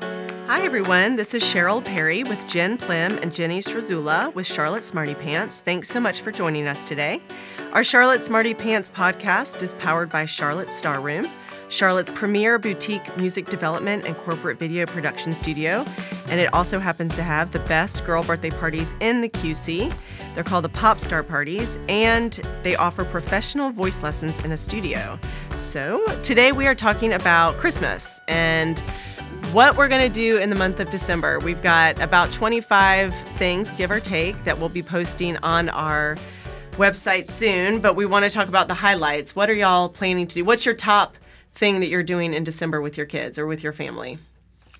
Hi, everyone. This is Cheryl Perry with Jen Plim and Jenny Strazula with Charlotte Smarty Pants. Thanks so much for joining us today. Our Charlotte Smarty Pants podcast is powered by Charlotte Star Room, Charlotte's premier boutique music development and corporate video production studio. And it also happens to have the best girl birthday parties in the QC. They're called the Pop Star Parties, and they offer professional voice lessons in a studio. So today we are talking about Christmas and what we're going to do in the month of December. We've got about 25 things, give or take, that we'll be posting on our website soon, but we want to talk about the highlights. What are y'all planning to do? What's your top thing that you're doing in December with your kids or with your family?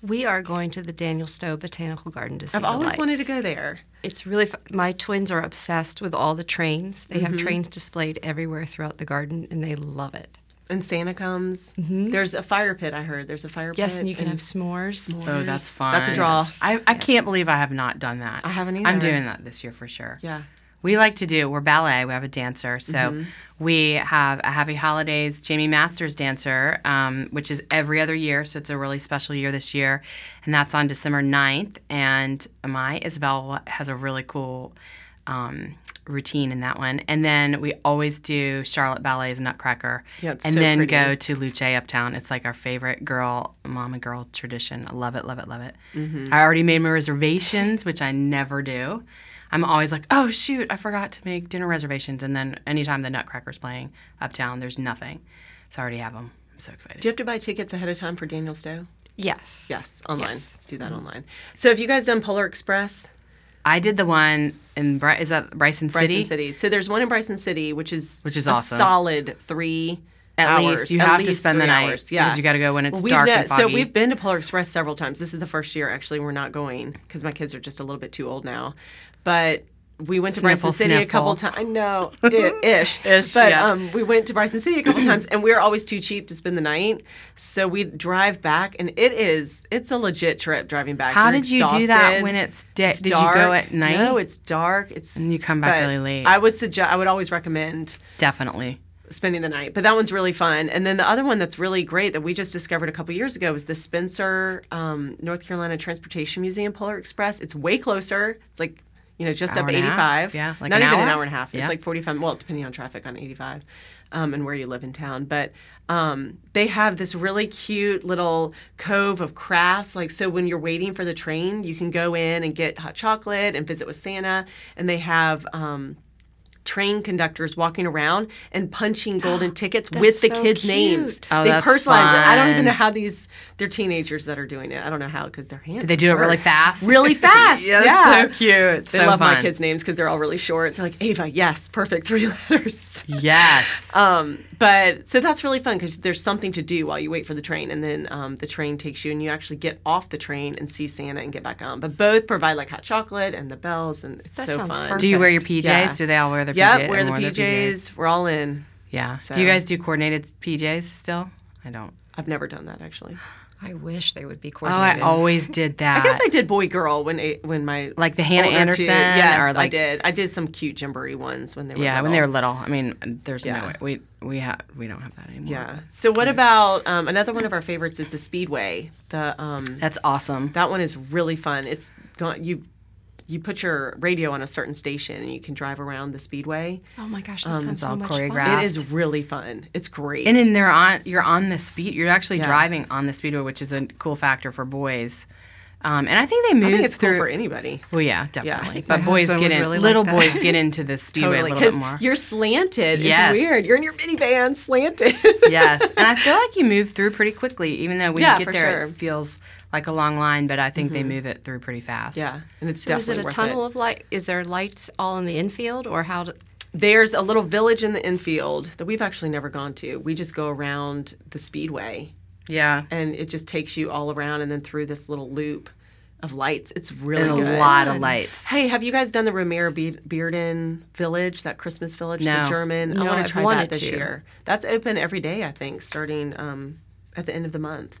We are going to the Daniel Stowe Botanical Garden to see I've always the wanted to go lights. there. It's really fu- my twins are obsessed with all the trains. They have trains displayed everywhere throughout the garden, and they love it. And Santa comes. There's a fire pit, I heard. There's a fire pit. Mm-hmm. Yes, and you can have s'mores. Oh, that's fun. That's a draw. I, I can't believe I have not done that. I haven't I'm either. doing that this year for sure. Yeah. Mm-hmm. We like to do, we're ballet, we have a dancer. So we have a Happy Holidays Jamie Masters dancer, um, which is every other year. So it's a really special year this year. And that's on December 9th. And my Isabel has a really cool um, routine in that one. And then we always do Charlotte Ballet's Nutcracker. Yeah, it's and so then pretty. go to Luce Uptown. It's like our favorite girl, mom and girl tradition. I love it, love it, love it. Mm-hmm. I already made my reservations, which I never do. I'm always like, oh shoot, I forgot to make dinner reservations. And then anytime the Nutcracker's playing uptown, there's nothing. So I already have them. I'm so excited. Do you have to buy tickets ahead of time for Daniel Stowe? Yes. Mm-hmm. Yes, online. Do that online. So have you guys done Polar Express? I did the one in Bry- is that Bryson City? Bryson City. So there's one in Bryson City, which is Which is a awesome. solid three. At hours. least you At have to least spend the three night hours. Yeah, because you got to go when it's Well, we've dark ne- and foggy. So we've been to Polar Express several times. This is the first year actually we're not going because my kids are just a little bit too old now. But we went to Bryson Sniffle, City a couple sniffle. times. I know, it, ish, ish. But yeah. um, we went to Bryson City a couple times, and we were always too cheap to spend the night. So we drive back, and it is it's a legit trip driving back. How You're did you do that exhausted. when it's, da- It's Did dark. you go at night? No, it's dark. It's and you come back really late. I would suggest. I would always recommend Definitely. spending the night, but that one's really fun. And then the other one that's really great that we just discovered a couple years ago is the Spencer um, North Carolina Transportation Museum Polar Express. It's way closer. It's like you know just Hour up and a half? 85. Yeah, like not an even an hour? hour and a half. It's Yeah. like 45. Well, depending on traffic on 85. Um, and where you live in town, but um, they have this really cute little cove of crafts. Like, so when you're waiting for the train, you can go in and get hot chocolate and visit with Santa. And they have um, train conductors walking around and punching golden tickets with the so kids' cute. names. Oh, they that's personalize it. I don't even fun. know how these they're teenagers that are doing it. I don't know how because their hands. Did they do it work. really fast? Really fast. yeah, that's yeah. so cute. They so love my fun. kids' names because they're all really short. They're like Ava, yes, perfect, three letters. Yes. Um, but so that's really fun because there's something to do while you wait for the train, and then um, the train takes you, and you actually get off the train and see Santa and get back on. But both provide like hot chocolate and the bells, and it's That so sounds fun. perfect. do you wear your PJs? Yeah. Do they all wear their PJs? Yep, wear the everyone their PJs. We're all in. Yeah. Do you So- guys do coordinated PJs still? I don't. I've never done that actually. I wish they would be Oh, I coordinated. always did that. I guess I did boy girl when it, when my like the Hannah older two- Anderson yes, or I like did. I did some cute jamboree ones when they were yeah, when they little. were little. I mean, there's Yeah. no way we we have we don't have that anymore. yeah. So what about um, another one of our favorites is the speedway. The um, That's awesome. that one is really fun. It's gone you. You put your radio on a certain station and you can drive around the speedway. Oh my gosh, that sounds so all much choreographed. fun. It is really fun. It's great. And then they're on. You're on the speed. You're actually driving on the speedway, which is a cool factor for boys. Um, and I think they move I think it's through. cool for anybody. well, yeah, definitely. think my but boys husband get would in. really like little that. boys get into the speedway Totally. a little Because bit more. you're slanted. Yes. It's weird. You're in your minivan slanted. yes, and I feel like you move through pretty quickly. Even though when Yeah, you for get there, sure. Mm-hmm. it feels like a long line, but I think they move it through pretty fast. yeah. And it's So is definitely it a worth tunnel of light? Is there lights all in the infield, or how? Do, There's a little village in the infield that we've actually never gone to. We just go around the speedway yeah, and it just takes you all around and then through this little loop of lights. It's really and a good. lot of lights. Hey, have you guys done the Romero Be- Bearden Village, that Christmas village, the No. German? I No, want I've to try that wanted this to. year. That's open every day, I think, starting um, at the end of the month.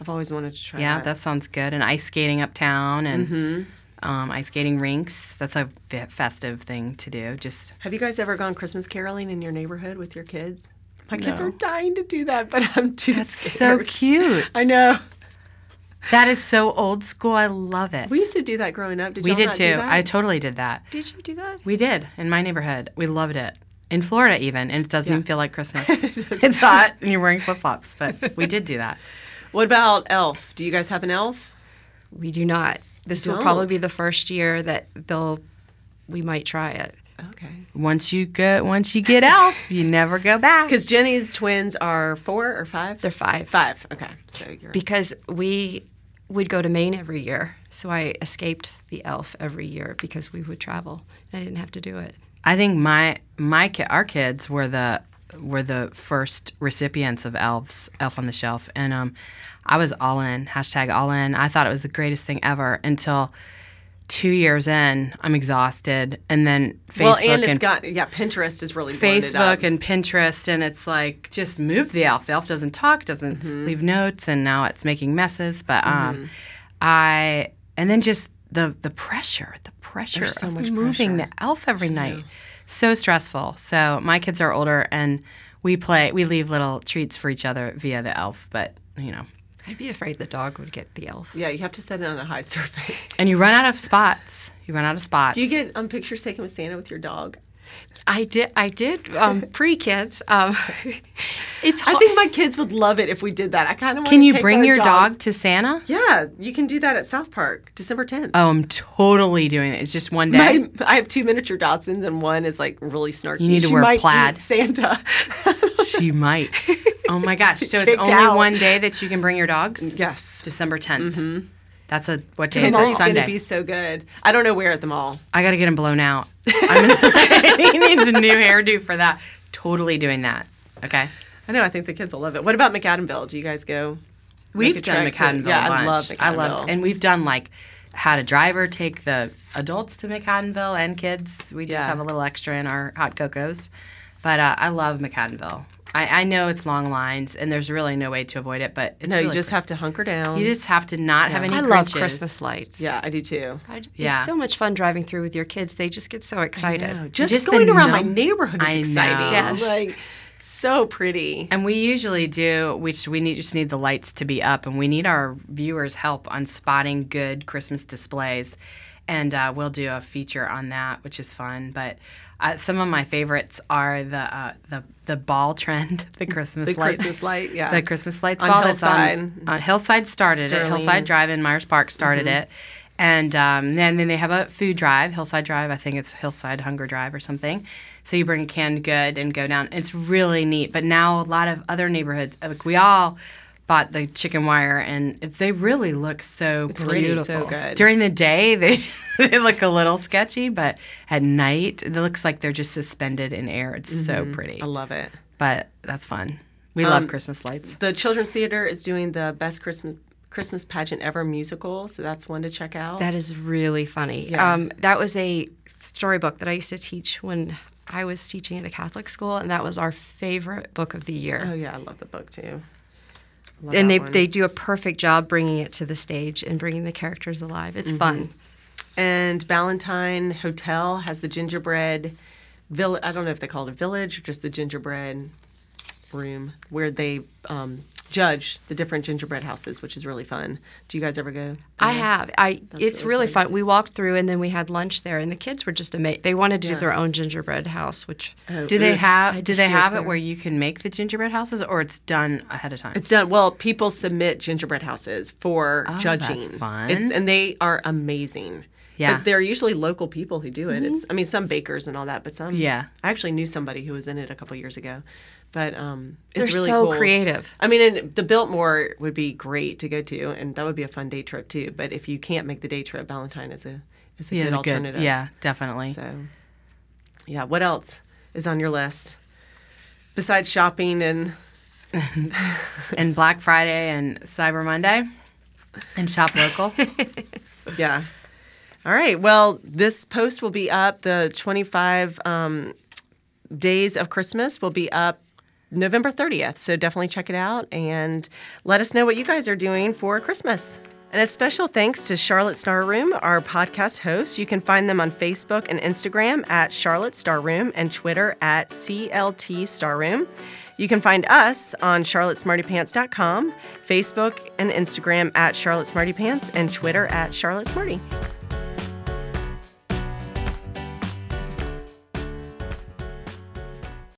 I've always wanted to try yeah, that. that sounds good. And ice skating uptown and Mm-hmm. um, ice skating rinks. That's a fe- festive thing to do. Just Have you guys ever gone Christmas caroling in your neighborhood with your kids? My kids are dying to do that, but I'm too so scared. cute. I know. That is so old school. I love it. We used to do that growing up. Did We y'all did not too. do that? I totally did that. Did you do that? We did in my neighborhood. We loved it. In Florida, even, and it doesn't even feel like Christmas. it's hot and you're wearing flip flops, but we did do that. what about Elf? Do you guys have an Elf? We do not. This will Don't. probably be the first year that they'll we might try it. Okay. Once you go, once you get elf, you never go back. Because Jenny's twins are four or five? They're five. five. Okay. So you're Because we would go to Maine every year. So I escaped the elf every year because we would travel. I didn't have to do it. I think my my ki- our kids were the were the first recipients of Elves Elf on the Shelf, and um, I was all in hashtag all in. I thought it was the greatest thing ever until two years in, I'm exhausted, and then Facebook well, and it's and got yeah. Pinterest is really blown it up. Facebook and Pinterest, and it's like just move the elf. The elf doesn't talk, doesn't Mm-hmm. leave notes, and now it's making messes. But um, I and then just the the pressure, the pressure so of much moving the elf every night, so stressful. So my kids are older, and we play. We leave little treats for each other via the elf, but you know. I'd be afraid the dog would get the elf. yeah, you have to set it on a high surface. And you run out of spots. You run out of spots. Do you get um, pictures taken with Santa with your dog? I did I did um, pre kids. Um, it's I hard. think my kids would love it if we did that. I kind of Can you bring your dog to Santa? Yeah, you can do that at South Park, December tenth. Oh, I'm totally doing it. It's just one day. I, I have two miniature Dotsons, and one is like really snarky. You need to she wear might plaid. eat Santa. She might. Oh my gosh. So it's Kicked only out. one day that you can bring your dogs? yes, December 10th. Mm-hmm. That's a what day is Tomorrow's that? going to Sunday. be so good. I don't know where at the mall. I got to get him blown out. I'm gonna, he needs a new hairdo for that. Totally doing that. Okay. I know. I think the kids will love it. What about McAdamville? Do you guys go? We've a done trek to- McAdamville yeah, a I love bunch. McAdamville. and we've done like had a driver take the adults to McAdamville and kids. We just Yeah. have a little extra in our hot cocos, but uh, I love McAdamville. I, I know it's long lines and there's really no way to avoid it, but it's No, really you just have to hunker down. You just have to not have any. I love crutches. Christmas lights. yeah, I do too. I, it's Yeah. so much fun driving through with your kids. They just get so excited. No, just, Oh, Just the going around my num- neighborhood is I know. exciting. Yes. Like so pretty. And we usually do, which we need, just need the lights to be up, and we need our viewers' help on spotting good Christmas displays. And uh, we'll do a feature on that, which is fun. But uh, some of my favorites are the uh, the the ball trend, the Christmas The lights. Christmas light, yeah. The Christmas lights On ball that's Hillside. on, on Hillside started it. Sterling. Mm-hmm. Hillside Drive in Myers Park started it. And um, then, then they have a food drive, Hillside Drive. I think it's Hillside Hunger Drive or something. So you bring canned good and go down. It's really neat. But now a lot of other neighborhoods, uh, like we all bought the chicken wire, and it's, they really look so pretty. beautiful. So good. During the day, they they look a little sketchy, but at night, it looks like they're just suspended in air. It's so pretty. Mm-hmm. I Um, love it. But that's fun. We love Christmas lights. The Children's Theater is doing the best Christmas Christmas pageant ever musical, so that's one to check out. That is really funny. Um, that was a storybook that I used to teach when I was teaching at a Catholic school, and that was our favorite book of the year. oh yeah, I love the book too. Love that and they, one. they do a perfect job bringing it to the stage and bringing the characters alive. Mm-hmm. It's fun. and Ballantine Hotel has the gingerbread village. I don't know if they call it a village or just the gingerbread room where they um, judge the different gingerbread houses, which is really fun. Do you guys ever go? I have. I. it's really fun. We walked through and then we had lunch there, and the kids were just amazed. They wanted to do their own gingerbread house, which Do they I have? Do they steer have it clear. where you can make the gingerbread houses, or it's done ahead of time? It's done well. People submit gingerbread houses for judging. fun. It's, and they are amazing. Yeah. but they're usually local people who do it. It's I mean some bakers and all that, but some Yeah. I actually knew somebody who was in it a couple years ago, but um, it's they're really so cool. creative. I mean, and the Biltmore would be great to go to, and that would be a fun day trip too. But if you can't make the day trip, Valentine is a is a Yeah, good it's good- alternative. Yeah, definitely. So, yeah. What else is on your list besides shopping and And Black Friday and Cyber Monday, and shop local. yeah. All right. Well, this post will be up. The 25 um, days of Christmas will be up November 30th. So definitely check it out and let us know what you guys are doing for Christmas. And a special thanks to Charlotte Star Room, our podcast host. You can find them on Facebook and Instagram at Charlotte Star Room and Twitter at CLT Star Room. You can find us on charlottesmartypants.com, Facebook and Instagram at Charlotte Smarty Pants, and Twitter at Charlotte Smarty.